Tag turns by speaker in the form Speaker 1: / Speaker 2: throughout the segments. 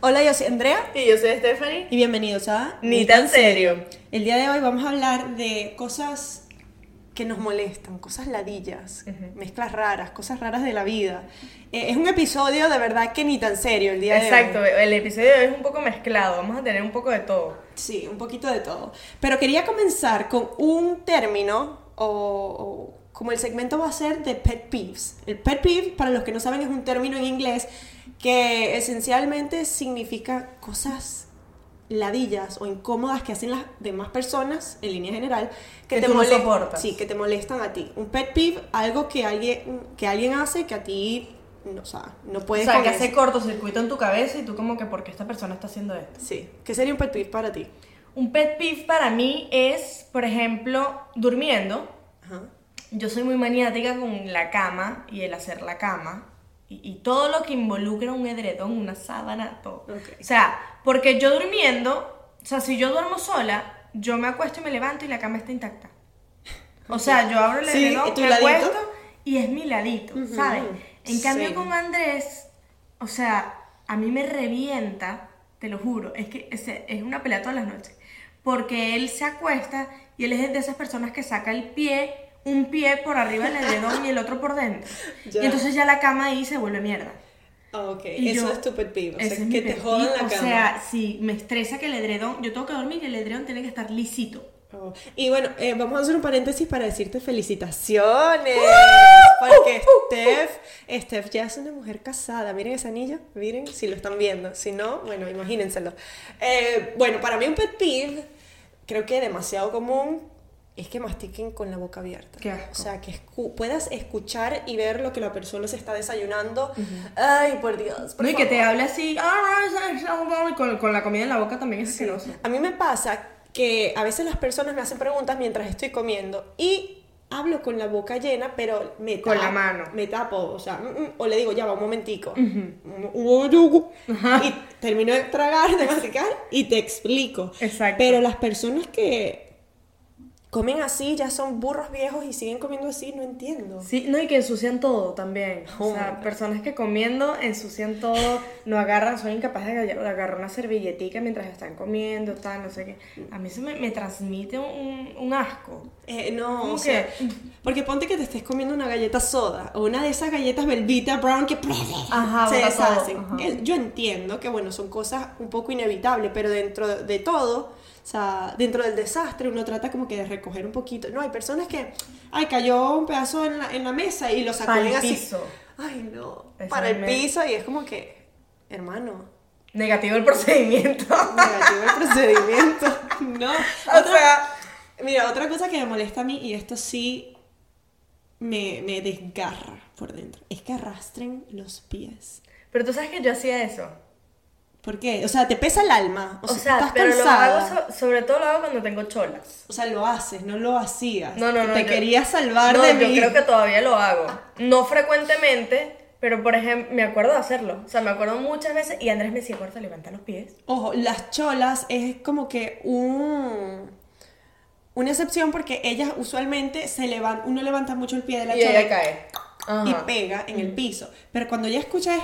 Speaker 1: Hola, yo soy Andrea
Speaker 2: Y yo soy Stephanie.
Speaker 1: y bienvenidos a
Speaker 2: Ni tan serio.
Speaker 1: El día de hoy vamos a hablar de cosas que nos molestan, cosas ladillas, mezclas raras, cosas raras de la vida. Eh, es un episodio de verdad que ni tan serio el día de
Speaker 2: Exacto,
Speaker 1: hoy.
Speaker 2: el episodio de hoy es un poco mezclado, vamos a tener un poco de todo.
Speaker 1: Sí, un poquito de todo. Pero quería comenzar con un término o, o como el segmento va a ser de pet peeves. El pet peeve, para los que no saben, es un término en inglés que esencialmente significa cosas ladillas o incómodas que hacen las demás personas en línea general
Speaker 2: Que tú no
Speaker 1: molest-
Speaker 2: soportas.
Speaker 1: sí, que te molestan a ti. Un pet peeve, algo que alguien que alguien hace que a ti no, o sea, no
Speaker 2: O
Speaker 1: puedes
Speaker 2: sea,
Speaker 1: con
Speaker 2: que
Speaker 1: eso.
Speaker 2: hace cortocircuito en tu cabeza y tú como que, ¿por qué esta persona está haciendo esto?
Speaker 1: Sí, ¿qué sería un pet peeve para ti?
Speaker 2: Un pet peeve para mí es, por ejemplo, durmiendo.
Speaker 1: Ajá.
Speaker 2: Yo soy muy maniática con la cama y el hacer la cama. Y, y todo lo que involucra un edredón, una sábana, todo.
Speaker 1: Ok.
Speaker 2: O sea, porque yo durmiendo, o sea, si yo duermo sola, yo me acuesto y me levanto y la cama está intacta. O sea, yo abro el
Speaker 1: Sí,
Speaker 2: edredón,
Speaker 1: ¿tu
Speaker 2: me
Speaker 1: ladito?
Speaker 2: acuesto y es mi ladito,
Speaker 1: Ujú,
Speaker 2: ¿sabes? En cambio
Speaker 1: sí.
Speaker 2: con Andrés, o sea, a mí me revienta, te lo juro, es que ese- es una pelea todas las noches, porque él se acuesta y él es de esas personas que saca el pie, un pie por arriba del edredón y el otro por dentro.
Speaker 1: Ya.
Speaker 2: Y entonces ya la cama ahí se vuelve mierda.
Speaker 1: Ah, ok.
Speaker 2: Y
Speaker 1: Eso
Speaker 2: yo-
Speaker 1: es tu pet peeve. O
Speaker 2: ese
Speaker 1: sea,
Speaker 2: es mi
Speaker 1: que te
Speaker 2: pet
Speaker 1: jodan la cama.
Speaker 2: peeve, O sea, si me estresa que el edredón, yo tengo que dormir y el edredón tiene que estar lisito.
Speaker 1: Oh, Y bueno, eh, vamos a hacer un paréntesis para decirte felicitaciones. Porque Steph, Steph ya es una mujer casada. Miren ese anillo, miren si lo están viendo. Si no, bueno, imagínenselo. Eh, bueno, para mí un pet peeve, creo que demasiado común, es que mastiquen con la boca abierta.
Speaker 2: Qué asco.
Speaker 1: O sea, que escu- puedas escuchar y ver lo que la persona se está desayunando. Ay, por Dios. por
Speaker 2: No, y que te
Speaker 1: favor.
Speaker 2: hable así, "Ah, ah, ah, ah", y con, con la comida en la boca también es asqueroso.
Speaker 1: A mí me pasa que a veces las personas me hacen preguntas mientras estoy comiendo y hablo con la boca llena, pero me
Speaker 2: Con
Speaker 1: tap-
Speaker 2: la mano.
Speaker 1: Me tapo, o sea, mm, mm, o le digo, ya va un momentico. Ujú. Y termino de tragar, de masticar y te explico.
Speaker 2: Exacto.
Speaker 1: Pero las personas que comen así ya son burros viejos y siguen comiendo así, no entiendo.
Speaker 2: Sí, no, y que ensucian todo también.
Speaker 1: Oh
Speaker 2: o
Speaker 1: my
Speaker 2: sea,
Speaker 1: God.
Speaker 2: personas que comiendo ensucian todo, no agarran, son incapaces de agar- de agarrar una servilletica mientras están comiendo, tal, no sé qué. A mí se me, me transmite un, un asco.
Speaker 1: Eh, no,
Speaker 2: ¿Cómo
Speaker 1: o sea,
Speaker 2: que?
Speaker 1: porque ponte que te estés comiendo una galleta soda o una de esas galletas Velveeta Brown que
Speaker 2: Ajá,
Speaker 1: se
Speaker 2: bota todo,
Speaker 1: deshacen.
Speaker 2: ajá.
Speaker 1: Que Yo entiendo que, bueno, son cosas un poco inevitables, pero dentro de todo, o sea, dentro del desastre, uno trata como que de recoger un poquito. No, hay personas que, ay, cayó un pedazo en la, en la mesa y lo sacuden
Speaker 2: Pa'l
Speaker 1: así.
Speaker 2: piso.
Speaker 1: Ay, no,
Speaker 2: Es
Speaker 1: para el
Speaker 2: tremendo.
Speaker 1: piso y es como que, hermano,
Speaker 2: Negativo el procedimiento.
Speaker 1: negativo el procedimiento. No.
Speaker 2: O
Speaker 1: Otra-
Speaker 2: sea-
Speaker 1: mira, otra cosa que me molesta a mí, y esto sí me, me desgarra por dentro, es que arrastren los pies.
Speaker 2: Pero tú sabes que yo hacía eso.
Speaker 1: ¿Por qué? O sea, te pesa el alma. O,
Speaker 2: O
Speaker 1: sea,
Speaker 2: sea,
Speaker 1: estás
Speaker 2: pero lo
Speaker 1: cansada.
Speaker 2: hago, so- sobre todo lo hago cuando tengo cholas.
Speaker 1: O sea, lo haces, no lo hacías.
Speaker 2: No, no, no.
Speaker 1: Te
Speaker 2: yo-
Speaker 1: querías salvar
Speaker 2: No,
Speaker 1: de
Speaker 2: yo
Speaker 1: mí.
Speaker 2: creo que todavía lo hago. No frecuentemente, pero por ejemplo, me acuerdo de hacerlo. O sea, me acuerdo muchas veces y Andrés me decía, Corta, levanta los pies.
Speaker 1: Ojo, las cholas es como que un... Una excepción porque ellas usualmente se levantan, uno levanta mucho el pie de la
Speaker 2: y
Speaker 1: chola
Speaker 2: ella cae.
Speaker 1: y
Speaker 2: Ajá. Mm.
Speaker 1: pega en el piso. Pero cuando ella escucha es,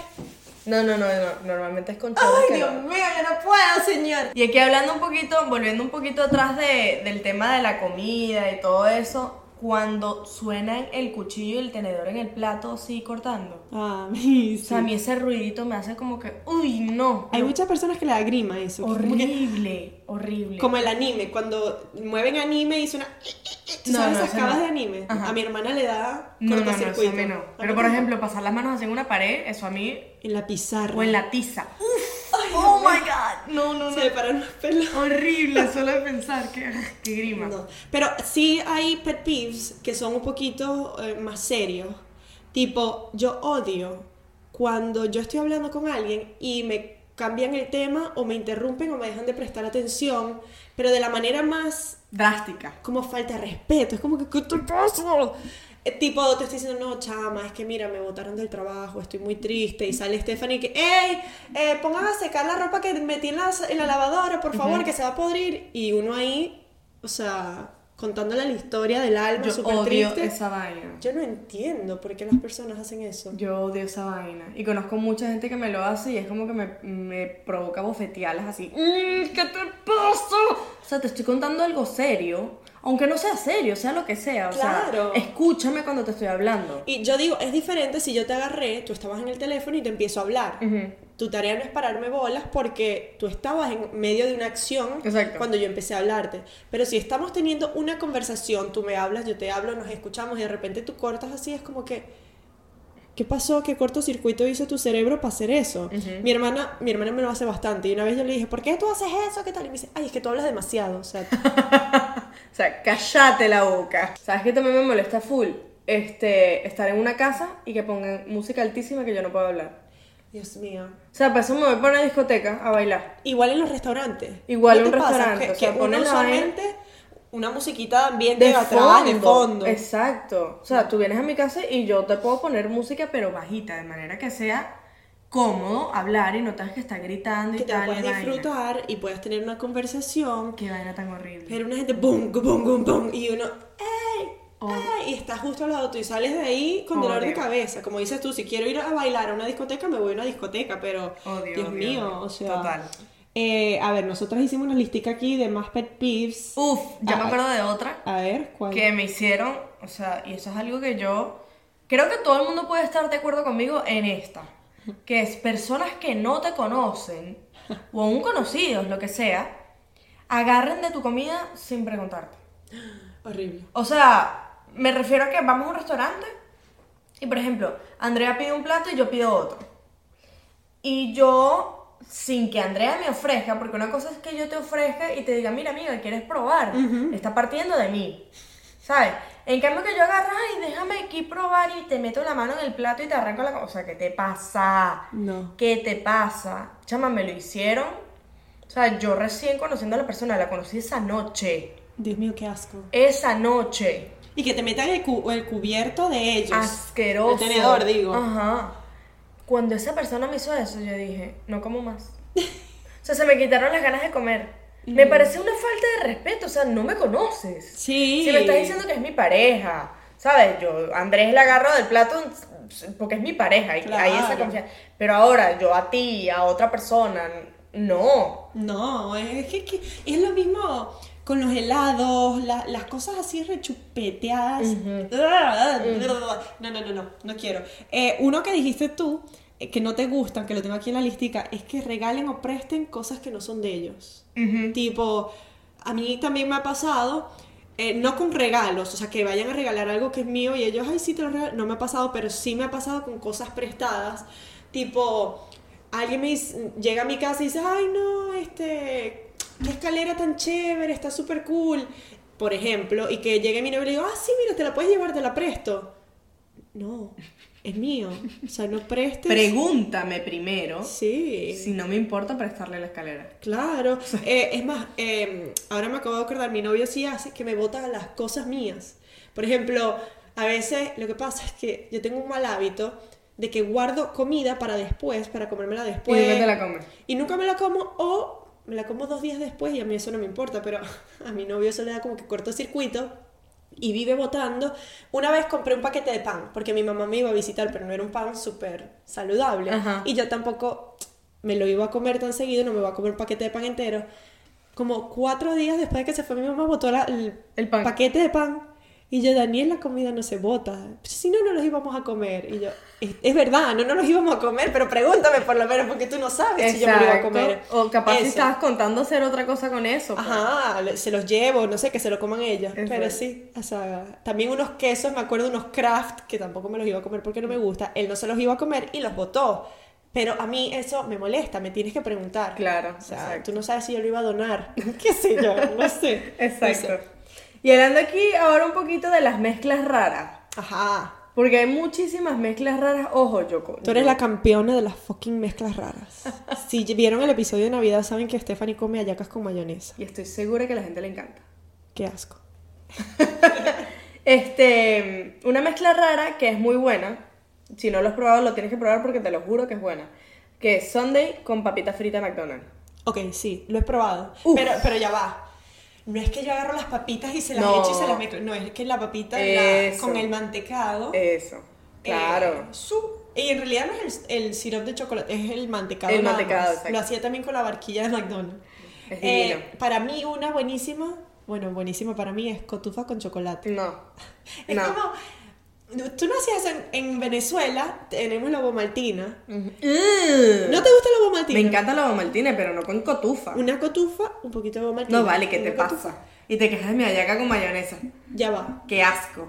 Speaker 2: No, no, no, no, normalmente es con cholas
Speaker 1: ¡ay,
Speaker 2: que
Speaker 1: Dios
Speaker 2: lo-
Speaker 1: mío, yo no puedo, señor!
Speaker 2: Y aquí hablando un poquito, volviendo un poquito atrás de- del tema de la comida y todo eso, cuando suenan el cuchillo y el tenedor en el plato, sí, cortando.
Speaker 1: Ah, sí.
Speaker 2: O sea, a mí ese ruidito me hace como que, uy, no.
Speaker 1: Hay muchas personas que le da grima eso. que es como que-
Speaker 2: Horrible, horrible.
Speaker 1: Como el anime, cuando mueven anime y suena... ¿Tú
Speaker 2: No,
Speaker 1: sabes
Speaker 2: no,
Speaker 1: esas
Speaker 2: eso
Speaker 1: cabas
Speaker 2: no.
Speaker 1: de anime?
Speaker 2: Ajá.
Speaker 1: A mi hermana le da
Speaker 2: No, no, no, eso
Speaker 1: cortocircuito.
Speaker 2: a mí no.
Speaker 1: ¿A
Speaker 2: Pero
Speaker 1: ti
Speaker 2: por
Speaker 1: no?
Speaker 2: ejemplo, pasar las manos así en una pared, eso a mí,
Speaker 1: En la pizarra.
Speaker 2: o en la tiza. Uf,
Speaker 1: Ay,
Speaker 2: oh
Speaker 1: Dios
Speaker 2: my god. No, no, no.
Speaker 1: Se le pararon los pelos.
Speaker 2: Horrible, solo de pensar que, que grima.
Speaker 1: No. Pero sí hay pet peeves que son un poquito eh, más serios. Tipo, yo odio cuando yo estoy hablando con alguien y me cambian el tema o me interrumpen o me dejan de prestar atención, pero de la manera más
Speaker 2: Drástica.
Speaker 1: como falta de respeto. Es como que, ¿qué te pasa? Eh, tipo, te estoy diciendo, no, chama, es que mira, me botaron del trabajo, estoy muy triste. Y sale Stephanie que, hey, eh, pongan a secar la ropa que metí en la, en la lavadora, por favor, que se va a podrir. Y uno ahí, o sea, contándole la historia del álbum
Speaker 2: Yo
Speaker 1: súper
Speaker 2: odio
Speaker 1: triste.
Speaker 2: esa vaina.
Speaker 1: Yo no entiendo por qué las personas hacen eso.
Speaker 2: Yo odio esa vaina. Y conozco mucha gente que me lo hace y es como que me, me provoca bofetealas así. "Mm, ¿Qué te pasa? O sea, te estoy contando algo serio. Aunque no sea serio, sea lo que sea. O sea,
Speaker 1: Claro.
Speaker 2: escúchame cuando te estoy hablando.
Speaker 1: Y yo digo, es diferente si yo te agarré, tú estabas en el teléfono y te empiezo a hablar.
Speaker 2: Ujú.
Speaker 1: Tu tarea no es pararme bolas porque tú estabas en medio de una acción
Speaker 2: Exacto.
Speaker 1: cuando yo empecé a hablarte. Pero si estamos teniendo una conversación, tú me hablas, yo te hablo, nos escuchamos y de repente tú cortas así, es como que... ¿Qué pasó? ¿Qué cortocircuito hizo tu cerebro para hacer eso? mi, hermana, mi hermana me lo hace bastante y una vez yo le dije, ¿por qué tú haces eso? ¿Qué tal? Y me dice, ay, es que tú hablas demasiado. O sea,
Speaker 2: O sea, cállate la boca. ¿Sabes qué también me molesta full? Este, estar en una casa y que pongan música altísima que yo no puedo hablar.
Speaker 1: Dios mío.
Speaker 2: O sea, para eso me voy para una discoteca a bailar.
Speaker 1: Igual en los restaurantes.
Speaker 2: Igual
Speaker 1: ¿No
Speaker 2: en
Speaker 1: te
Speaker 2: un
Speaker 1: pasa
Speaker 2: restaurante,
Speaker 1: Que,
Speaker 2: o sea,
Speaker 1: que
Speaker 2: ponen
Speaker 1: uno
Speaker 2: la vaina-
Speaker 1: usualmente una musiquita de ambiente de atrás, de fondo.
Speaker 2: Exacto. O sea, tú vienes a mi casa y yo te puedo poner música, pero bajita, de manera que sea cómodo hablar y no tengas que estar gritando y
Speaker 1: que te
Speaker 2: tal. y
Speaker 1: puedas
Speaker 2: vaina.
Speaker 1: disfrutar y puedas tener una conversación.
Speaker 2: Qué vaina tan horrible.
Speaker 1: Pero una gente, boom, boom, boom, boom, y uno, ¡ey!
Speaker 2: Oh.
Speaker 1: ¡ey! Y estás justo al lado tú y sales de ahí con dolor de
Speaker 2: Odio.
Speaker 1: cabeza. Como dices tú, si quiero ir a bailar a una discoteca, me voy a una discoteca, pero
Speaker 2: Odio,
Speaker 1: Dios
Speaker 2: odio,
Speaker 1: mío,
Speaker 2: odio.
Speaker 1: o sea.
Speaker 2: oh, Total.
Speaker 1: Eh, a ver, nosotras hicimos una listica aquí de más pet peeves.
Speaker 2: Uf, ya me
Speaker 1: Ah.
Speaker 2: acuerdo de otra
Speaker 1: A ver, ¿cuál?
Speaker 2: que me hicieron, o sea, y eso es algo que yo creo que todo el mundo puede estar de acuerdo conmigo en esta, que es personas que no te conocen o aún conocidos, lo que sea, agarren de tu comida sin preguntarte.
Speaker 1: Horrible.
Speaker 2: O sea, me refiero a que vamos a un restaurante y, por ejemplo, Andrea pide un plato y yo pido otro. Y yo, sin que Andrea me ofrezca, porque una cosa es que yo te ofrezca y te diga, mira, amiga, ¿quieres probar? Está partiendo de mí. ¿Sabes? En cambio que yo agarra y déjame aquí probar y te meto la mano en el plato y te arranco la... co-". O sea, ¿qué te pasa?
Speaker 1: No.
Speaker 2: ¿Qué te pasa? Chama, me lo hicieron. O sea, yo recién conociendo a la persona, la conocí esa noche.
Speaker 1: Dios mío, qué asco.
Speaker 2: Esa noche.
Speaker 1: Y que te metan el, cu- el cubierto de ellos.
Speaker 2: asqueroso.
Speaker 1: El tenedor, digo.
Speaker 2: Ajá. Cuando esa persona me hizo eso, yo dije, no como más. O sea, se me quitaron las ganas de comer. Me parece una falta de respeto, o sea, no me conoces.
Speaker 1: Sí.
Speaker 2: Si me estás diciendo que es mi pareja, ¿sabes? Yo, Andrés, la agarro del plato porque es mi pareja y hay esa
Speaker 1: Claro.
Speaker 2: confianza. Pero ahora, yo a ti, a otra persona, no.
Speaker 1: No, es que, que es lo mismo con los helados, la- las cosas así rechupeteadas. No, no, no, no, no quiero. Eh, uno que dijiste tú, eh, que no te gustan, que lo tengo aquí en la listica, es que regalen o presten cosas que no son de ellos. Tipo, a mí también me ha pasado, eh, no con regalos, o sea, que vayan a regalar algo que es mío y ellos, ay, sí, te lo regalo. No me ha pasado, pero sí me ha pasado con cosas prestadas. Tipo, alguien me dice- llega a mi casa y dice, ay, no, este, qué escalera tan chévere, está súper cool, por ejemplo, y que llegue mi novio y le digo, ah, sí, mira, te la puedes llevar, te la presto. No, es mío. O sea, no prestes.
Speaker 2: Pregúntame primero
Speaker 1: sí.
Speaker 2: no me importa prestarle la escalera.
Speaker 1: Claro, Eh, es más, eh, ahora me acabo de acordar, mi novio sí hace que me bota las cosas mías. Por ejemplo, a veces lo que pasa es que yo tengo un mal hábito de que guardo comida para después, para comérmela después.
Speaker 2: nunca te la comes.
Speaker 1: Y nunca me la como o me la como dos días después y a mí eso no me importa, pero a mi novio eso le da como que cortocircuito y vive botando. Una vez compré un paquete de pan, porque mi mamá me iba a visitar, pero no era un pan súper saludable.
Speaker 2: Ajá.
Speaker 1: Y yo tampoco me lo iba a comer tan seguido, no me iba a comer un paquete de pan entero. Como cuatro días después de que se fue mi mamá, botó la- el,
Speaker 2: El pan.
Speaker 1: paquete de pan. Y yo, Daniel, la comida no se bota. Si no, no los íbamos a comer. Y yo, es, es verdad, no, no los íbamos a comer, pero pregúntame por lo menos, porque tú no sabes si yo me lo iba a comer.
Speaker 2: O capaz si
Speaker 1: Eso.
Speaker 2: estabas contando hacer otra cosa con eso. pues.
Speaker 1: Ajá, "Ah, le- se los llevo, no sé, que se lo coman ellos.
Speaker 2: Es
Speaker 1: pero
Speaker 2: verdad.
Speaker 1: sí, o sea, también unos quesos, me acuerdo unos craft que tampoco me los iba a comer porque no me gusta. Él no se los iba a comer y los botó. Pero a mí eso me molesta, me tienes que preguntar.
Speaker 2: Claro,
Speaker 1: O sea,
Speaker 2: exacto.
Speaker 1: tú no sabes si yo lo iba a donar. ¿Qué sé yo? No sé. No
Speaker 2: Exacto.
Speaker 1: sé.
Speaker 2: Y hablando aquí ahora un poquito de las mezclas raras.
Speaker 1: Ajá.
Speaker 2: Porque hay muchísimas mezclas raras. Ojo, yo.
Speaker 1: Tú eres la campeona de las fucking mezclas raras. Si vieron el episodio de Navidad, saben que Stephanie come hallacas con mayonesa.
Speaker 2: Y estoy segura que a la gente le encanta.
Speaker 1: Qué asco.
Speaker 2: Este, una mezcla rara que es muy buena. Si no lo has probado, lo tienes que probar porque te lo juro que es buena. Que es Sunday con papita frita McDonald's.
Speaker 1: Ok, sí, lo he probado.
Speaker 2: Uf.
Speaker 1: Pero, pero ya va. No es que yo agarro las papitas y se las
Speaker 3: No.
Speaker 1: echo y se las meto. No, es que la papita la-
Speaker 3: Eso.
Speaker 1: con el mantecado.
Speaker 3: Eso,
Speaker 1: eh,
Speaker 3: claro.
Speaker 1: su- y en realidad no es el, el sirope de chocolate, es el mantecado.
Speaker 3: El
Speaker 1: nada
Speaker 3: mantecado,
Speaker 1: más.
Speaker 3: exacto.
Speaker 1: Lo hacía también con la barquilla de McDonald's.
Speaker 3: Es
Speaker 1: Eh,
Speaker 3: divino.
Speaker 1: para mí, una buenísima, bueno, buenísima para mí es cotufa con chocolate.
Speaker 3: No.
Speaker 1: Eh. Es
Speaker 3: no.
Speaker 1: como. Tú no hacías en, en Venezuela, tenemos la bomaltina. ¿No te
Speaker 3: Mm.
Speaker 1: gusta la bomaltina?
Speaker 3: Me encanta la bomaltina, pero no con cotufa.
Speaker 1: Una cotufa, un poquito de bomaltina.
Speaker 3: No vale, ¿qué te
Speaker 1: una cotufa.
Speaker 3: pasa? Y te quejas de mi hallaca con mayonesa.
Speaker 1: Ya va,
Speaker 3: Qué asco.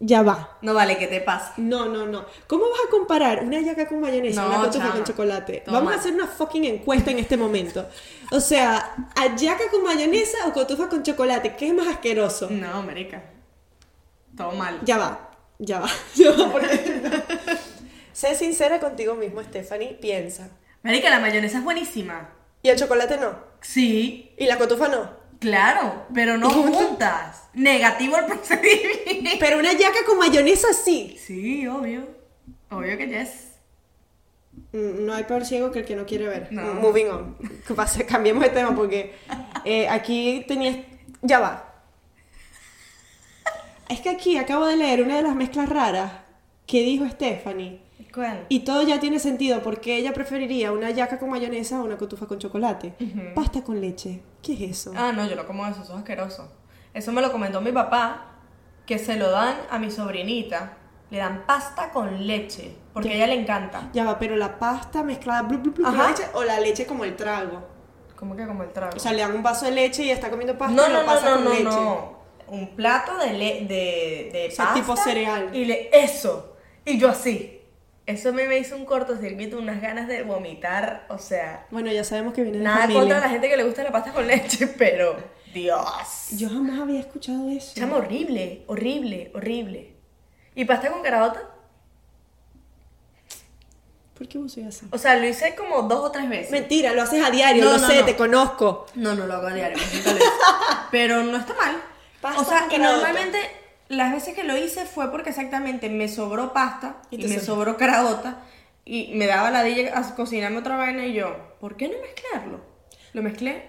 Speaker 1: ya va.
Speaker 3: No vale, ¿qué te pasa?
Speaker 1: No, no, no. ¿Cómo vas a comparar una yaca con mayonesa,
Speaker 3: No,
Speaker 1: una cotufa
Speaker 3: chama.
Speaker 1: con chocolate?
Speaker 3: Toma.
Speaker 1: Vamos a hacer una fucking encuesta en este momento. O sea, ¿ayaca con mayonesa o cotufa con chocolate? ¿Qué es más asqueroso?
Speaker 3: No, marica. Todo mal.
Speaker 1: Ya va, ya va, ya va. Porque... sé sincera contigo mismo, Stephanie, piensa.
Speaker 2: Marica, la mayonesa es buenísima.
Speaker 1: Y el chocolate no.
Speaker 2: Sí,
Speaker 1: Y la cotufa no.
Speaker 2: claro, pero no juntas. Negativo el procedimiento.
Speaker 1: Pero una yaca con mayonesa sí.
Speaker 2: Sí, obvio. Obvio que yes.
Speaker 1: Mm, No hay peor ciego que el que no quiere ver.
Speaker 2: No.
Speaker 1: Mm, Moving on. Que pase- Cambiemos de tema porque eh, aquí tenías. Ya va. Es que aquí acabo de leer una de las mezclas raras que dijo Stephanie.
Speaker 2: ¿Cuál?
Speaker 1: Y todo ya tiene sentido porque ella preferiría una yaca con mayonesa o una cotufa con chocolate. Pasta con leche. ¿Qué es eso?
Speaker 2: Ah, no, yo no como eso, eso es asqueroso. Eso me lo comentó mi papá, que se lo dan a mi sobrinita. Le dan pasta con leche, porque a ella le encanta.
Speaker 1: Ya va, pero la pasta mezclada blu, blu, blu, con
Speaker 2: Ajá.
Speaker 1: leche o la leche como el trago.
Speaker 2: ¿Cómo que como el trago?
Speaker 1: O sea, le dan un vaso de leche y está comiendo pasta
Speaker 2: no,
Speaker 1: y lo
Speaker 2: no, no,
Speaker 1: pasa
Speaker 2: no,
Speaker 1: con
Speaker 2: no,
Speaker 1: leche.
Speaker 2: no. Un plato de, le- de, de
Speaker 1: O sea,
Speaker 2: pasta.
Speaker 1: tipo cereal.
Speaker 2: Y le, eso. Y yo así. Eso a mí me hizo un cortocircuito, unas ganas de vomitar. O sea,
Speaker 1: Bueno, ya sabemos que viene de
Speaker 2: nada
Speaker 1: familia.
Speaker 2: contra la gente que le gusta la pasta con leche, pero Dios.
Speaker 1: Yo jamás había escuchado eso.
Speaker 2: Chama, horrible, horrible, horrible. ¿Y pasta con carabota?
Speaker 1: ¿Por qué vos soy así?
Speaker 2: O sea, lo hice como dos o tres veces.
Speaker 1: Mentira, lo haces a diario,
Speaker 2: No,
Speaker 1: lo
Speaker 2: no,
Speaker 1: sé,
Speaker 2: no.
Speaker 1: te conozco.
Speaker 2: No, no lo hago a diario. nunca lo hice. Pero no está mal.
Speaker 1: Pasta
Speaker 2: o sea,
Speaker 1: con
Speaker 2: y
Speaker 1: carabota.
Speaker 2: normalmente las veces que lo hice fue porque exactamente me sobró pasta
Speaker 1: Y
Speaker 2: y,
Speaker 1: te
Speaker 2: me
Speaker 1: sobró.
Speaker 2: sobró carabota y me daba la dilla a cocinarme otra vaina y yo, ¿por qué no mezclarlo? Lo mezclé.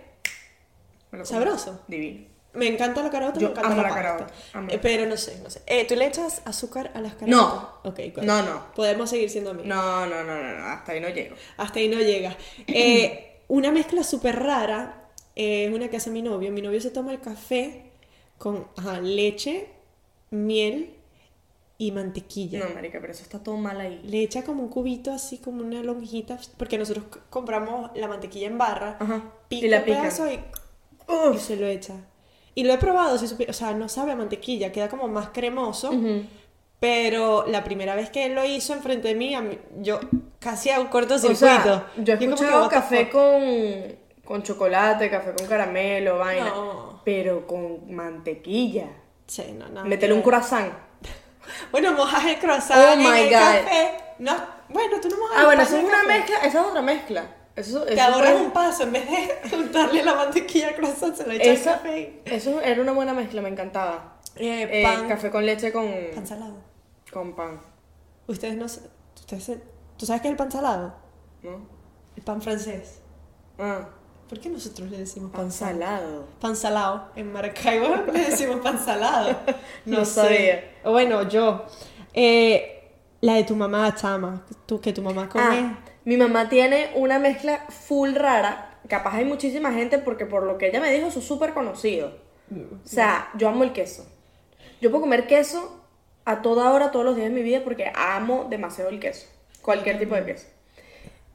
Speaker 2: me lo comí.
Speaker 1: Sabroso.
Speaker 2: Divino.
Speaker 1: Me encanta la carota,
Speaker 2: Yo
Speaker 1: me encanta
Speaker 2: amo
Speaker 1: la,
Speaker 2: la
Speaker 1: pasta.
Speaker 2: carota, amo la
Speaker 1: Eh, pero no sé, no sé. Eh, ¿Tú le echas azúcar a las carotas?
Speaker 2: No.
Speaker 1: Ok,
Speaker 2: No, no.
Speaker 1: Podemos seguir siendo amigos.
Speaker 2: No, no, no, no, no, hasta ahí no llego.
Speaker 1: Hasta ahí no llega. Eh, una mezcla súper rara eh, es una que hace mi novio. Mi novio se toma el café con ajá, leche, miel y mantequilla.
Speaker 2: No, marica, pero eso está todo mal ahí.
Speaker 1: Le echa como un cubito así, como una lonjita, porque nosotros c- compramos la mantequilla en barra,
Speaker 2: Ajá.
Speaker 1: pica
Speaker 2: Y la
Speaker 1: un
Speaker 2: pican.
Speaker 1: pedazo y, y se lo echa. Y lo he probado, si supi- o sea, no sabe a mantequilla, queda como más cremoso, pero la primera vez que él lo hizo enfrente de mí, a mí- yo casi hago un
Speaker 2: O
Speaker 1: cortocircuito.
Speaker 2: sea, yo he
Speaker 1: como que,
Speaker 2: escuchado
Speaker 1: what the
Speaker 2: café
Speaker 1: fuck.
Speaker 2: con, con chocolate, café con caramelo, vaina.
Speaker 1: No.
Speaker 2: Pero con mantequilla.
Speaker 1: Sí, no, nada
Speaker 2: Métele un
Speaker 1: que ver.
Speaker 2: croissant.
Speaker 1: Bueno, mojas el croissant
Speaker 2: Oh
Speaker 1: en
Speaker 2: my
Speaker 1: el
Speaker 2: God.
Speaker 1: café. No, bueno, tú no mojas
Speaker 2: Ah,
Speaker 1: el
Speaker 2: bueno,
Speaker 1: pan
Speaker 2: eso es
Speaker 1: en el
Speaker 2: una
Speaker 1: café.
Speaker 2: mezcla. Esa es otra mezcla. Eso,
Speaker 1: Te
Speaker 2: eso
Speaker 1: ahorras
Speaker 2: fue-
Speaker 1: un paso, en vez de juntarle la mantequilla al croissant, se lo echas al
Speaker 2: Esa,
Speaker 1: café.
Speaker 2: eso era una buena mezcla, me encantaba.
Speaker 1: Eh,
Speaker 2: Eh,
Speaker 1: pan,
Speaker 2: Café con leche con
Speaker 1: pan salado.
Speaker 2: con pan.
Speaker 1: Ustedes no sa- ustedes se- ¿Tú sabes qué es el pan salado?
Speaker 2: ¿No?
Speaker 1: El pan francés.
Speaker 2: Ah,
Speaker 1: ¿Por qué nosotros le decimos pan,
Speaker 3: Pan
Speaker 1: salado?
Speaker 3: salado.
Speaker 1: Pan salado. En Maracaibo le decimos pan salado.
Speaker 2: No sabía.
Speaker 1: O Bueno, yo. Eh, la de tu mamá, chama. Tú, que tu mamá come.
Speaker 2: Ah, mi mamá tiene una mezcla full rara. Capaz hay muchísima gente porque por lo que ella me dijo, eso es súper conocido. O sea, yo amo el queso. Yo puedo comer queso a toda hora, todos los días de mi vida, porque amo demasiado el queso. Cualquier tipo de queso.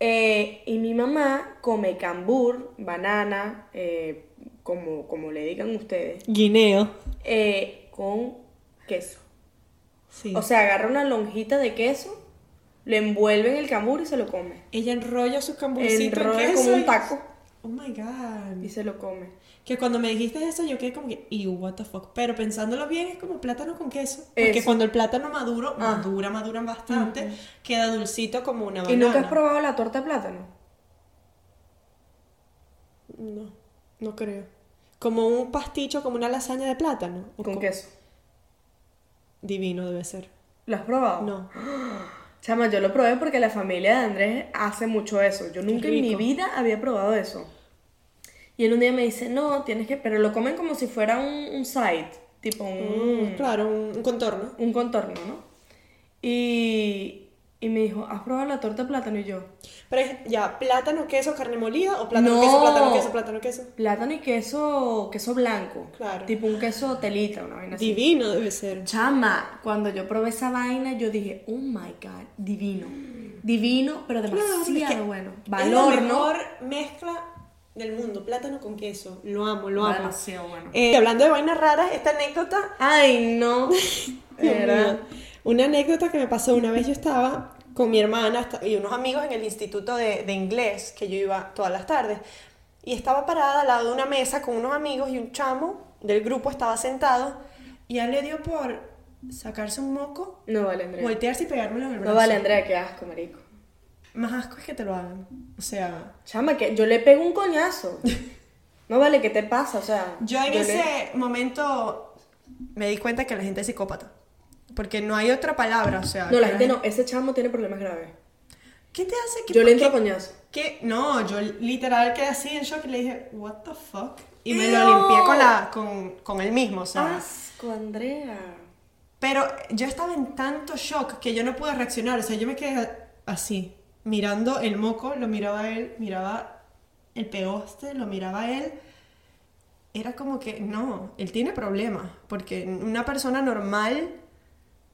Speaker 2: Eh, y mi mamá come cambur, banana, eh, como, como le digan ustedes,
Speaker 1: Guineo.
Speaker 2: eh, con queso.
Speaker 1: Sí.
Speaker 2: O sea, agarra una lonjita de queso, lo envuelve en el cambur y se lo come.
Speaker 1: ella enrolla sus camburcitos en
Speaker 2: Enrolla
Speaker 1: queso
Speaker 2: como un
Speaker 1: y-
Speaker 2: taco
Speaker 1: Oh my
Speaker 2: y
Speaker 1: god.
Speaker 2: se lo come.
Speaker 1: Que cuando me dijiste eso, yo quedé como que, ew, what the fuck. Pero pensándolo bien, es como plátano con queso. Porque
Speaker 2: Eso. Ah.
Speaker 1: cuando el plátano maduro, madura, madura bastante, queda dulcito como una banana.
Speaker 2: ¿Y nunca has probado la torta de plátano?
Speaker 1: No, no creo. Como un pasticho, como una lasaña de plátano. ¿O
Speaker 2: Con
Speaker 1: co-
Speaker 2: queso.
Speaker 1: Divino debe ser.
Speaker 2: ¿Lo has probado?
Speaker 1: No.
Speaker 2: Chama, yo lo probé porque la familia de Andrés hace mucho eso. Yo nunca en mi
Speaker 1: rico.
Speaker 2: vida había probado eso. Y él un día me dice, no, tienes que, pero lo comen como si fuera un, un side, tipo un,
Speaker 1: Mm, Claro, un, un contorno.
Speaker 2: un contorno, ¿no? Y, y me dijo, ¿has probado la torta de plátano? Y yo,
Speaker 1: Pero es- ya, plátano, queso, carne molida o plátano,
Speaker 2: No.
Speaker 1: queso, plátano, queso, plátano, queso.
Speaker 2: plátano y queso, queso blanco.
Speaker 1: Claro.
Speaker 2: Tipo un queso telita, una vaina así.
Speaker 1: Divino debe ser.
Speaker 2: Chama, cuando yo probé esa vaina, yo dije, oh my god, divino. Divino, pero
Speaker 1: Claro,
Speaker 2: demasiado
Speaker 1: es que
Speaker 2: ah, bueno.
Speaker 1: es
Speaker 2: Valor,
Speaker 1: la
Speaker 2: ¿no?
Speaker 1: mejor mezcla del mundo, plátano con queso. Lo amo, lo amo.
Speaker 3: Demasiado bueno.
Speaker 1: Eh, y hablando de vainas raras, esta anécdota,
Speaker 2: Ay, no.
Speaker 1: Dios
Speaker 2: Era.
Speaker 1: mío, una anécdota que me pasó una vez yo estaba con mi hermana esta- y unos amigos en el instituto de, de inglés que yo iba todas las tardes y estaba parada al lado de una mesa con unos amigos y un chamo del grupo estaba sentado y a él le dio por sacarse un moco,
Speaker 2: No vale, Andrea.
Speaker 1: voltearse y pegármelo en el brazo.
Speaker 2: No vale, Andrea, qué asco, marico.
Speaker 1: Más asco es que te lo hagan. O sea,
Speaker 2: Chama, que yo le pego un coñazo. No vale, ¿qué te pasa? O sea,
Speaker 1: Yo en
Speaker 2: le-
Speaker 1: ese momento me di cuenta que la gente es psicópata. Porque no hay otra palabra, o sea.
Speaker 2: No, la
Speaker 1: que
Speaker 2: gente no, ese chamo tiene problemas graves.
Speaker 1: ¿Qué te hace que.?
Speaker 2: Yo le
Speaker 1: qué-
Speaker 2: entro a coñazo.
Speaker 1: qué- No, yo literal quedé así en shock y le dije, ¿What the fuck? Y me
Speaker 2: Ew.
Speaker 1: lo limpié con, la, con, con él mismo, o sea.
Speaker 2: Asco, Andrea.
Speaker 1: Pero yo estaba en tanto shock que yo no pude reaccionar, o sea, yo me quedé así, mirando el moco, lo miraba a él, miraba el pegoste, lo miraba a él. Era como que, no, él tiene problemas, porque una persona normal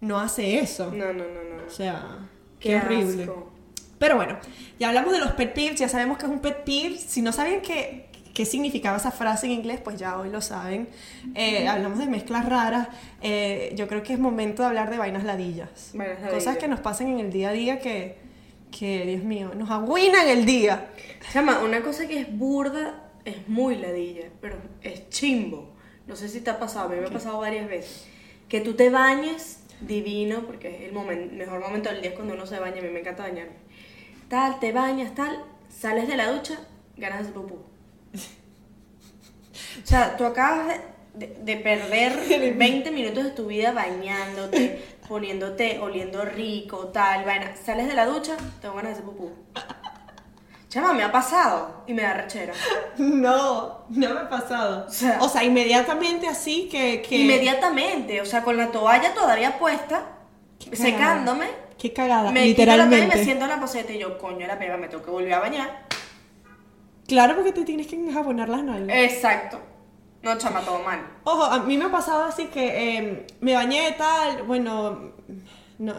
Speaker 1: no hace eso.
Speaker 2: No, no, no, no.
Speaker 1: O sea, qué,
Speaker 2: Qué
Speaker 1: horrible.
Speaker 2: asco.
Speaker 1: Pero bueno, ya hablamos de los pet peeves, ya sabemos que es un pet peeve. Si no sabían qué, qué significaba esa frase en inglés, pues ya hoy lo saben. Eh, hablamos de mezclas raras. Eh, yo creo que es momento de hablar de vainas ladillas.
Speaker 2: Vainas
Speaker 1: Cosas
Speaker 2: ladillas.
Speaker 1: que nos pasan en el día a día que, que Dios mío, nos agüinan el día.
Speaker 2: Chama, una cosa que es burda es muy ladilla, pero es chimbo. No sé si te ha pasado, a mí me ha pasado varias veces. Que tú te bañes divino, porque es el momen- mejor momento del día es cuando uno se baña, a mí me encanta bañarme. Tal, te bañas, tal, sales de la ducha, ganas de pupú. O sea, tú acabas de, de- de perder 20 minutos de tu vida bañándote, poniéndote, oliendo rico, tal, vaina. Sales de la ducha, te van a hacer pupú. Chama, me ha pasado y me da rechera.
Speaker 1: No, no me ha pasado. O sea,
Speaker 2: sea-
Speaker 1: inmediatamente así que... que
Speaker 2: Inmediatamente, o sea, con la toalla todavía puesta,
Speaker 1: Qué cagada.
Speaker 2: secándome,
Speaker 1: Qué cagada,
Speaker 2: me quito la toalla y
Speaker 1: literalmente.
Speaker 2: me siento en la poseta y yo, coño, la pega, me tengo que volver a bañar.
Speaker 1: Claro, porque te tienes que enjabonar las nalgas.
Speaker 2: Exacto. No, chama, todo mal.
Speaker 1: Ojo, a mí me ha pasado así que eh, me bañé tal, bueno, no,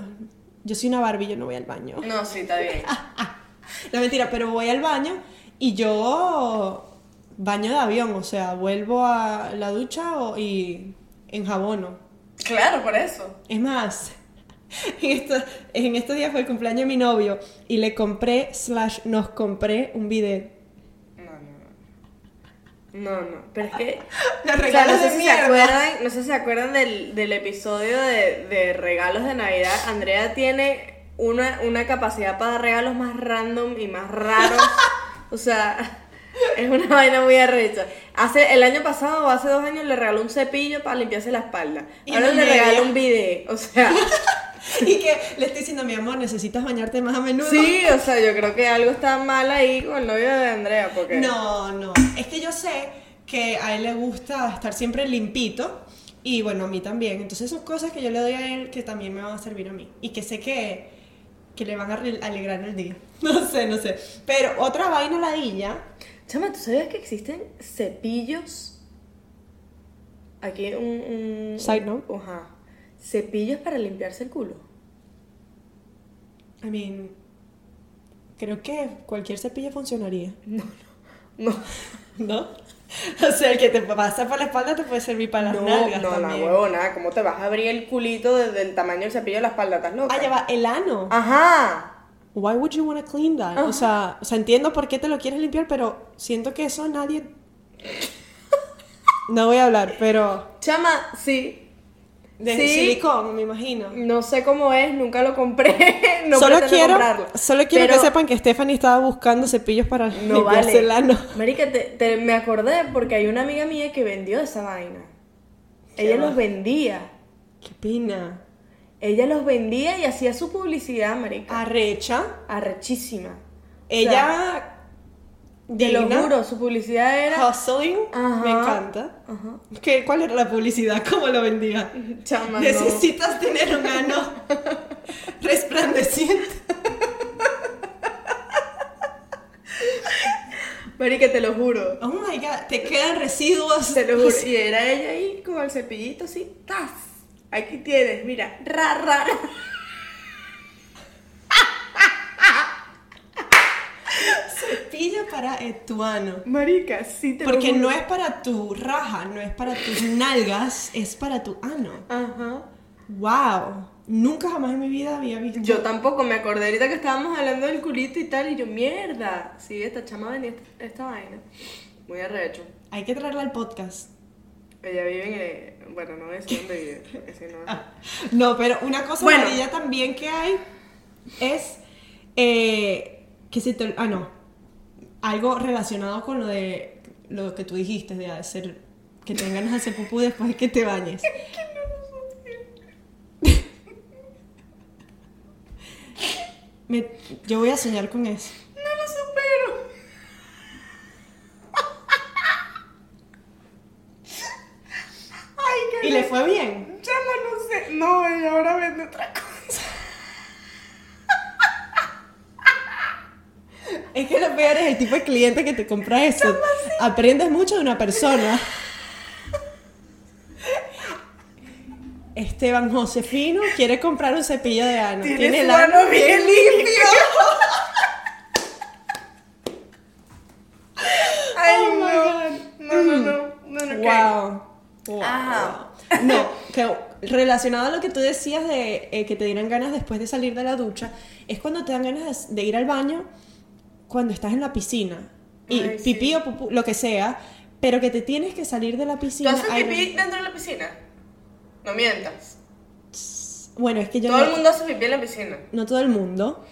Speaker 1: yo soy una Barbie, yo no voy al baño.
Speaker 2: No, sí, está bien.
Speaker 1: La mentira, pero voy al baño y yo baño de avión, o sea, vuelvo a la ducha o- y enjabono.
Speaker 2: Claro, por eso.
Speaker 1: Es más, en, esto- en estos días fue el cumpleaños de mi novio y le compré, slash, nos compré un bidet.
Speaker 2: No, no, no. No, no. Pero es que.
Speaker 1: Los
Speaker 2: O sea, no sé, si se acuerdan, no sé si se acuerdan del, del episodio de, de regalos de Navidad. Andrea tiene una, una capacidad para dar regalos más random y más raros. O sea, es una vaina muy arrecha. Hace, el año pasado o hace dos años le regaló un cepillo para limpiarse la espalda.
Speaker 1: Y
Speaker 2: Ahora
Speaker 1: no
Speaker 2: le
Speaker 1: media.
Speaker 2: regaló un video. O sea,
Speaker 1: Y que le estoy diciendo, mi amor, necesitas bañarte más a menudo.
Speaker 2: sí, o sea, yo creo que algo está mal ahí con el novio de Andrea. Porque...
Speaker 1: No, no. Es que yo sé que a él le gusta estar siempre limpito y bueno, a mí también. Entonces son cosas que yo le doy a él que también me van a servir a mí y que sé que, que le van a arre- alegrar el día. No sé, no sé. Pero otra vaina ladilla.
Speaker 2: Chama, ¿tú sabías que existen cepillos? Aquí un... un
Speaker 1: Side note.
Speaker 2: Ajá. Cepillos para limpiarse el culo.
Speaker 1: I mean, creo que cualquier cepillo funcionaría,
Speaker 2: No,
Speaker 1: ¿no? O sea, el que te pasa por la espalda te puede servir para las nalgas
Speaker 2: no, la
Speaker 1: también.
Speaker 2: huevona. ¿Cómo te vas a abrir el culito desde el tamaño del cepillo de la espalda? ¿Estás loca?
Speaker 1: Ah, ya va, el ano.
Speaker 2: Ajá.
Speaker 1: Why would you want to clean that? O sea, o sea, entiendo por qué te lo quieres limpiar, pero siento que eso nadie. No voy a hablar, pero.
Speaker 2: Chama, sí.
Speaker 1: De
Speaker 2: Sí.
Speaker 1: silicón, me imagino.
Speaker 2: No sé cómo es, nunca lo compré. No
Speaker 1: solo,
Speaker 2: pretendo
Speaker 1: quiero,
Speaker 2: comprarlo.
Speaker 1: solo quiero
Speaker 2: Pero-
Speaker 1: que sepan que Stephanie estaba buscando cepillos para
Speaker 2: No
Speaker 1: limpiarse
Speaker 2: vale.
Speaker 1: el ano.
Speaker 2: Marica, te, te- me acordé porque hay una amiga mía que vendió esa vaina.
Speaker 1: Qué
Speaker 2: Ella
Speaker 1: va.
Speaker 2: los vendía.
Speaker 1: Qué pena.
Speaker 2: Ella los vendía y hacía su publicidad, marica.
Speaker 1: Arrecha.
Speaker 2: Arrechísima.
Speaker 1: Ella Te lo juro.
Speaker 2: su publicidad era.
Speaker 1: Hustling,
Speaker 2: Ajá.
Speaker 1: me encanta.
Speaker 2: Ajá.
Speaker 1: ¿Qué, ¿Cuál era la publicidad? ¿Cómo lo vendía?
Speaker 3: Chama, no.
Speaker 1: Necesitas tener un ano resplandeciente.
Speaker 2: Marica, te lo juro.
Speaker 1: Oh my god, te quedan residuos.
Speaker 2: Te lo juro. Y era ella ahí con el cepillito así, ¡tas! Aquí tienes, mira, ra, ra. ra.
Speaker 1: Cepillo para eh, tu ano.
Speaker 2: Marica, sí te
Speaker 1: Porque
Speaker 2: lo juro.
Speaker 1: no es para tu raja, no es para tus nalgas, es para tu ano.
Speaker 2: Ajá.
Speaker 1: Wow. Nunca jamás en mi vida había visto.
Speaker 2: Yo tampoco me acordé ahorita que estábamos hablando del culito y tal, y yo, mierda. Sí, esta chama venía esta, esta vaina. Muy arrecho.
Speaker 1: Hay que traerla al podcast.
Speaker 2: Ella vive en. eh, bueno, no voy a decir dónde vive. porque si no-
Speaker 1: Ah, No, pero una cosa
Speaker 2: Bueno.
Speaker 1: amarilla también que hay es eh, que si te... Ah, no. Algo relacionado con lo de lo que tú dijiste de hacer que tengas ganas de hacer pupú después de que te bañes. Me- yo voy a soñar con eso.
Speaker 2: No lo supero. Ay,
Speaker 1: ¿Y le fue bien?
Speaker 2: Chama, no sé. No, y ahora vende otra cosa.
Speaker 1: Es que lo peor es el tipo de cliente que te compra eso. Aprendes mucho de una persona. Esteban Josefino quiere comprar un cepillo de ano. Tiene el ano bien
Speaker 2: limpio. Ay,
Speaker 1: Oh my Mm.
Speaker 2: no. no, no, no, no, no, ok.
Speaker 1: Wow. Wow.
Speaker 2: Ajá.
Speaker 1: No, que relacionado a lo que tú decías de eh, que te dieran ganas después de salir de la ducha, es cuando te dan ganas de, de ir al baño cuando estás en la piscina. Y
Speaker 2: Ay, sí.
Speaker 1: pipí o pupú, lo que sea, pero que te tienes que salir de la
Speaker 2: ¿Tú
Speaker 1: piscina.
Speaker 2: haces
Speaker 1: Ay,
Speaker 2: pipí dentro de la piscina? No mientas.
Speaker 1: Bueno, es que yo
Speaker 2: Todo
Speaker 1: no,
Speaker 2: el mundo hace pipí en la piscina.
Speaker 1: no todo el mundo,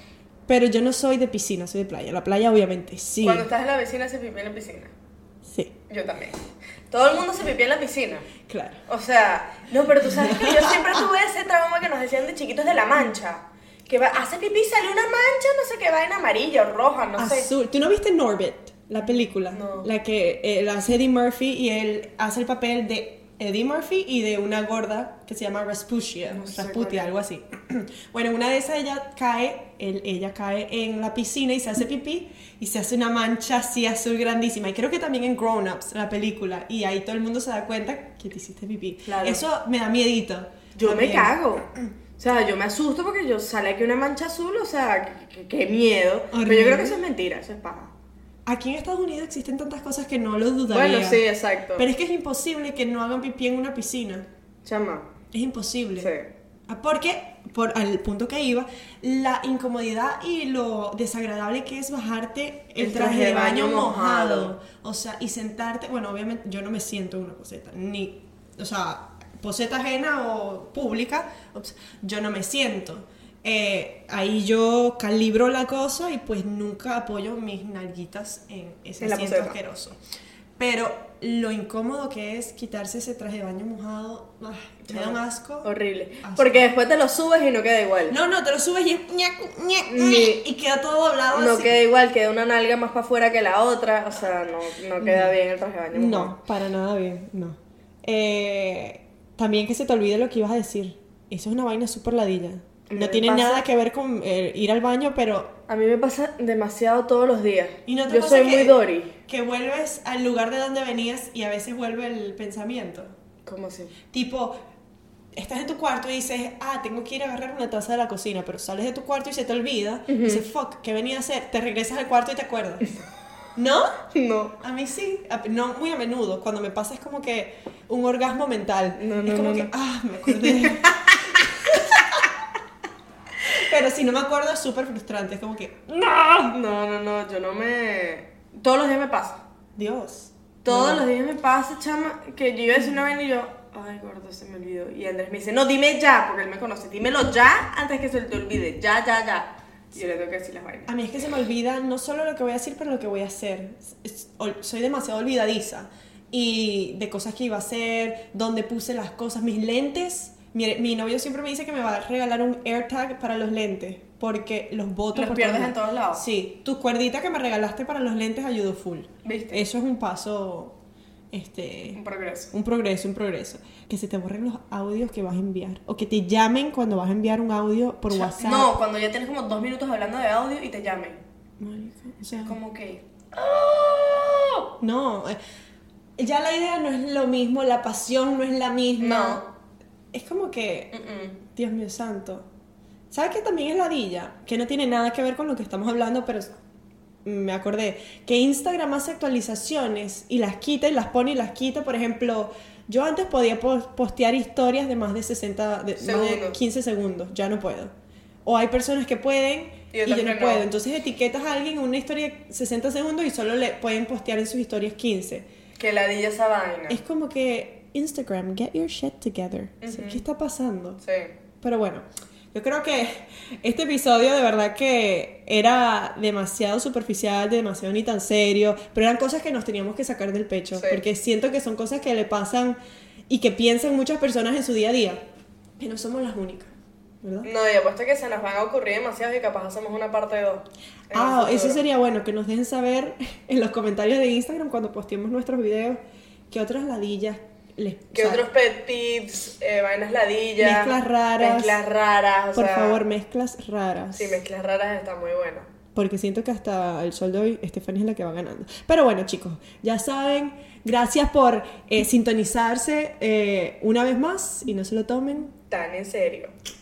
Speaker 1: pero yo no soy de piscina, soy de playa. La playa obviamente sí.
Speaker 2: Cuando estás en la piscina, haces pipí en la piscina.
Speaker 1: Sí,
Speaker 2: Yo también. Todo el mundo se pipí en la piscina.
Speaker 1: claro.
Speaker 2: O sea, no, pero tú sabes que yo siempre tuve ese trauma que nos decían de chiquitos de la mancha. Que va, hace pipí, sale una mancha, no sé qué, va en amarillo, roja, no sé.
Speaker 1: Azul. ¿Tú no viste Norbit, la película?
Speaker 2: No.
Speaker 1: La que eh, la hace Eddie Murphy y él hace el papel de Eddie Murphy y de una gorda que se llama Rasputia,
Speaker 2: No sé
Speaker 1: Rasputia,
Speaker 2: cuál es.
Speaker 1: algo así. bueno, en una de esas ella cae, él- ella cae en la piscina y se hace pipí y se hace una mancha así azul grandísima. Y creo que también en Grown Ups, la película, y ahí todo el mundo se da cuenta que te hiciste pipí.
Speaker 2: Claro.
Speaker 1: Eso me da miedito.
Speaker 2: Yo me
Speaker 1: también.
Speaker 2: cago. O sea, yo me asusto porque yo sale aquí una mancha azul, o sea, qué, qué miedo. Pero
Speaker 1: Horrible.
Speaker 2: yo creo que eso es mentira, eso es paja.
Speaker 1: Aquí en Estados Unidos existen tantas cosas que no lo dudaría.
Speaker 2: Bueno, sí, exacto.
Speaker 1: Pero es que es imposible que no hagan pipí en una piscina.
Speaker 2: Chama,
Speaker 1: Es imposible.
Speaker 2: sí.
Speaker 1: Ah, Porque, por, al punto que iba, la incomodidad y lo desagradable que es bajarte el, traje, de baño, mojado.
Speaker 2: mojado.
Speaker 1: O sea, y sentarte. Bueno, obviamente yo no me siento en una poseta. Ni. O sea, poseta ajena o pública. ups, yo no me siento. Eh, ahí yo calibro la cosa y pues nunca apoyo mis nalguitas en ese
Speaker 2: En la
Speaker 1: asiento
Speaker 2: poseta.
Speaker 1: asqueroso. Pero lo incómodo que es quitarse ese traje de baño mojado, ah, me da un asco.
Speaker 2: Horrible.
Speaker 1: Asco.
Speaker 2: Porque después te lo subes y no queda igual.
Speaker 1: No, no, te lo subes y es ñac, ñac,
Speaker 2: Ni-
Speaker 1: y queda todo doblado
Speaker 2: No
Speaker 1: así.
Speaker 2: queda igual, queda una nalga más para afuera que la otra, o sea, no, no queda bien el traje de baño.
Speaker 1: No, para nada bien, no. Eh, también que se te olvide lo que ibas a decir. Eso es una vaina súper ladilla.
Speaker 2: Me
Speaker 1: No tiene
Speaker 2: pasa-
Speaker 1: nada que ver con eh, ir al baño, pero...
Speaker 2: A mí me pasa demasiado todos los días.
Speaker 1: ¿Y no te
Speaker 2: Yo
Speaker 1: pasa
Speaker 2: soy
Speaker 1: que-
Speaker 2: muy Dory.
Speaker 1: Que vuelves al lugar de donde venías y a veces vuelve el pensamiento.
Speaker 2: ¿Cómo así?
Speaker 1: Tipo, estás en tu cuarto y dices, ah, tengo que ir a agarrar una taza de la cocina, pero sales de tu cuarto y se te olvida. y Dices, fuck, ¿qué venía a hacer? Te regresas al cuarto y te acuerdas. ¿No?
Speaker 2: No.
Speaker 1: A mí sí, a- no muy a menudo. Cuando me pasa es como que un orgasmo mental.
Speaker 2: No, no,
Speaker 1: es como
Speaker 2: no,
Speaker 1: que,
Speaker 2: no.
Speaker 1: ah, me acordé. Pero si no me acuerdo es súper frustrante. Es como que,
Speaker 2: No, no, no, yo no me... Todos los días me pasa.
Speaker 1: Dios.
Speaker 2: Todos
Speaker 1: No.
Speaker 2: los días me pasa, chama, que yo iba a decir una vez y yo, ay, gordo, se me olvidó. Y Andrés me dice, no, dime ya, porque él me conoce, dímelo ya antes que se te olvide, ya, ya, ya. Y yo le tengo que decir las vainas.
Speaker 1: A mí es que se me olvida no solo lo que voy a decir, pero lo que voy a hacer. Es- es- ol- soy demasiado olvidadiza. Y de cosas que iba a hacer, dónde puse las cosas, mis lentes. Mi, mi novio siempre me dice que me va a regalar un AirTag para los lentes, porque los boto
Speaker 2: Los
Speaker 1: por
Speaker 2: pierdes en todos lados.
Speaker 1: Sí, tu cuerdita que me regalaste para los lentes ayudó full.
Speaker 2: ¿Viste?
Speaker 1: Eso es un paso, este...
Speaker 2: Un progreso.
Speaker 1: Un progreso, un progreso. Que se te borren los audios que vas a enviar. O que te llamen cuando vas a enviar un audio por WhatsApp.
Speaker 2: No, cuando ya tienes como dos minutos hablando de audio y te llamen.
Speaker 1: Marica, o sea,
Speaker 2: Como que. "Ah".
Speaker 1: no. eh, Ya la idea no es lo mismo, la pasión no es la misma. Es como
Speaker 2: Mm,
Speaker 1: que,
Speaker 2: mm-mm.
Speaker 1: Dios mío santo. ¿Sabes que también es ladilla? Que no tiene nada que ver con lo que estamos hablando, pero es- me acordé. Que Instagram hace actualizaciones y las quita y las pone y las quita. Por ejemplo, yo antes podía po- postear historias de más de 60, de, más de
Speaker 2: Segundos.
Speaker 1: 15 segundos. Ya no puedo. O hay personas que pueden
Speaker 2: Y
Speaker 1: y, yo
Speaker 2: otras
Speaker 1: no,
Speaker 2: que no.
Speaker 1: puedo. Entonces etiquetas a alguien en una historia de 60 segundos y solo le pueden postear en sus historias 15.
Speaker 2: Que ladilla esa vaina.
Speaker 1: Es como que Instagram, get your shit together. O sea, ¿Qué está pasando?
Speaker 2: Sí.
Speaker 1: Pero bueno, yo creo que este episodio de verdad que era demasiado superficial, demasiado ni tan serio, pero eran cosas que nos teníamos que sacar del pecho,
Speaker 2: Sí.
Speaker 1: porque siento que son cosas que le pasan y que piensan muchas personas en su día a día, que no somos las únicas, ¿verdad?
Speaker 2: No, y apuesto que se nos van a ocurrir demasiados y capaz hacemos una parte 2.
Speaker 1: Ah, eso sería bueno, que nos dejen saber en los comentarios de Instagram cuando posteemos nuestros videos qué otras ladillas les...
Speaker 2: ¿Qué
Speaker 1: o sea,
Speaker 2: otros pet tips? eh, vainas ladillas.
Speaker 1: Mezclas raras.
Speaker 2: Mezclas raras. o
Speaker 1: Por
Speaker 2: sea,
Speaker 1: favor, mezclas raras.
Speaker 2: Sí, mezclas raras está muy bueno.
Speaker 1: Porque siento que hasta el sol de hoy Estefania es la que va ganando. Pero bueno, chicos, ya saben, gracias por eh, sintonizarse eh, una vez más y no se lo tomen
Speaker 2: Tan en serio.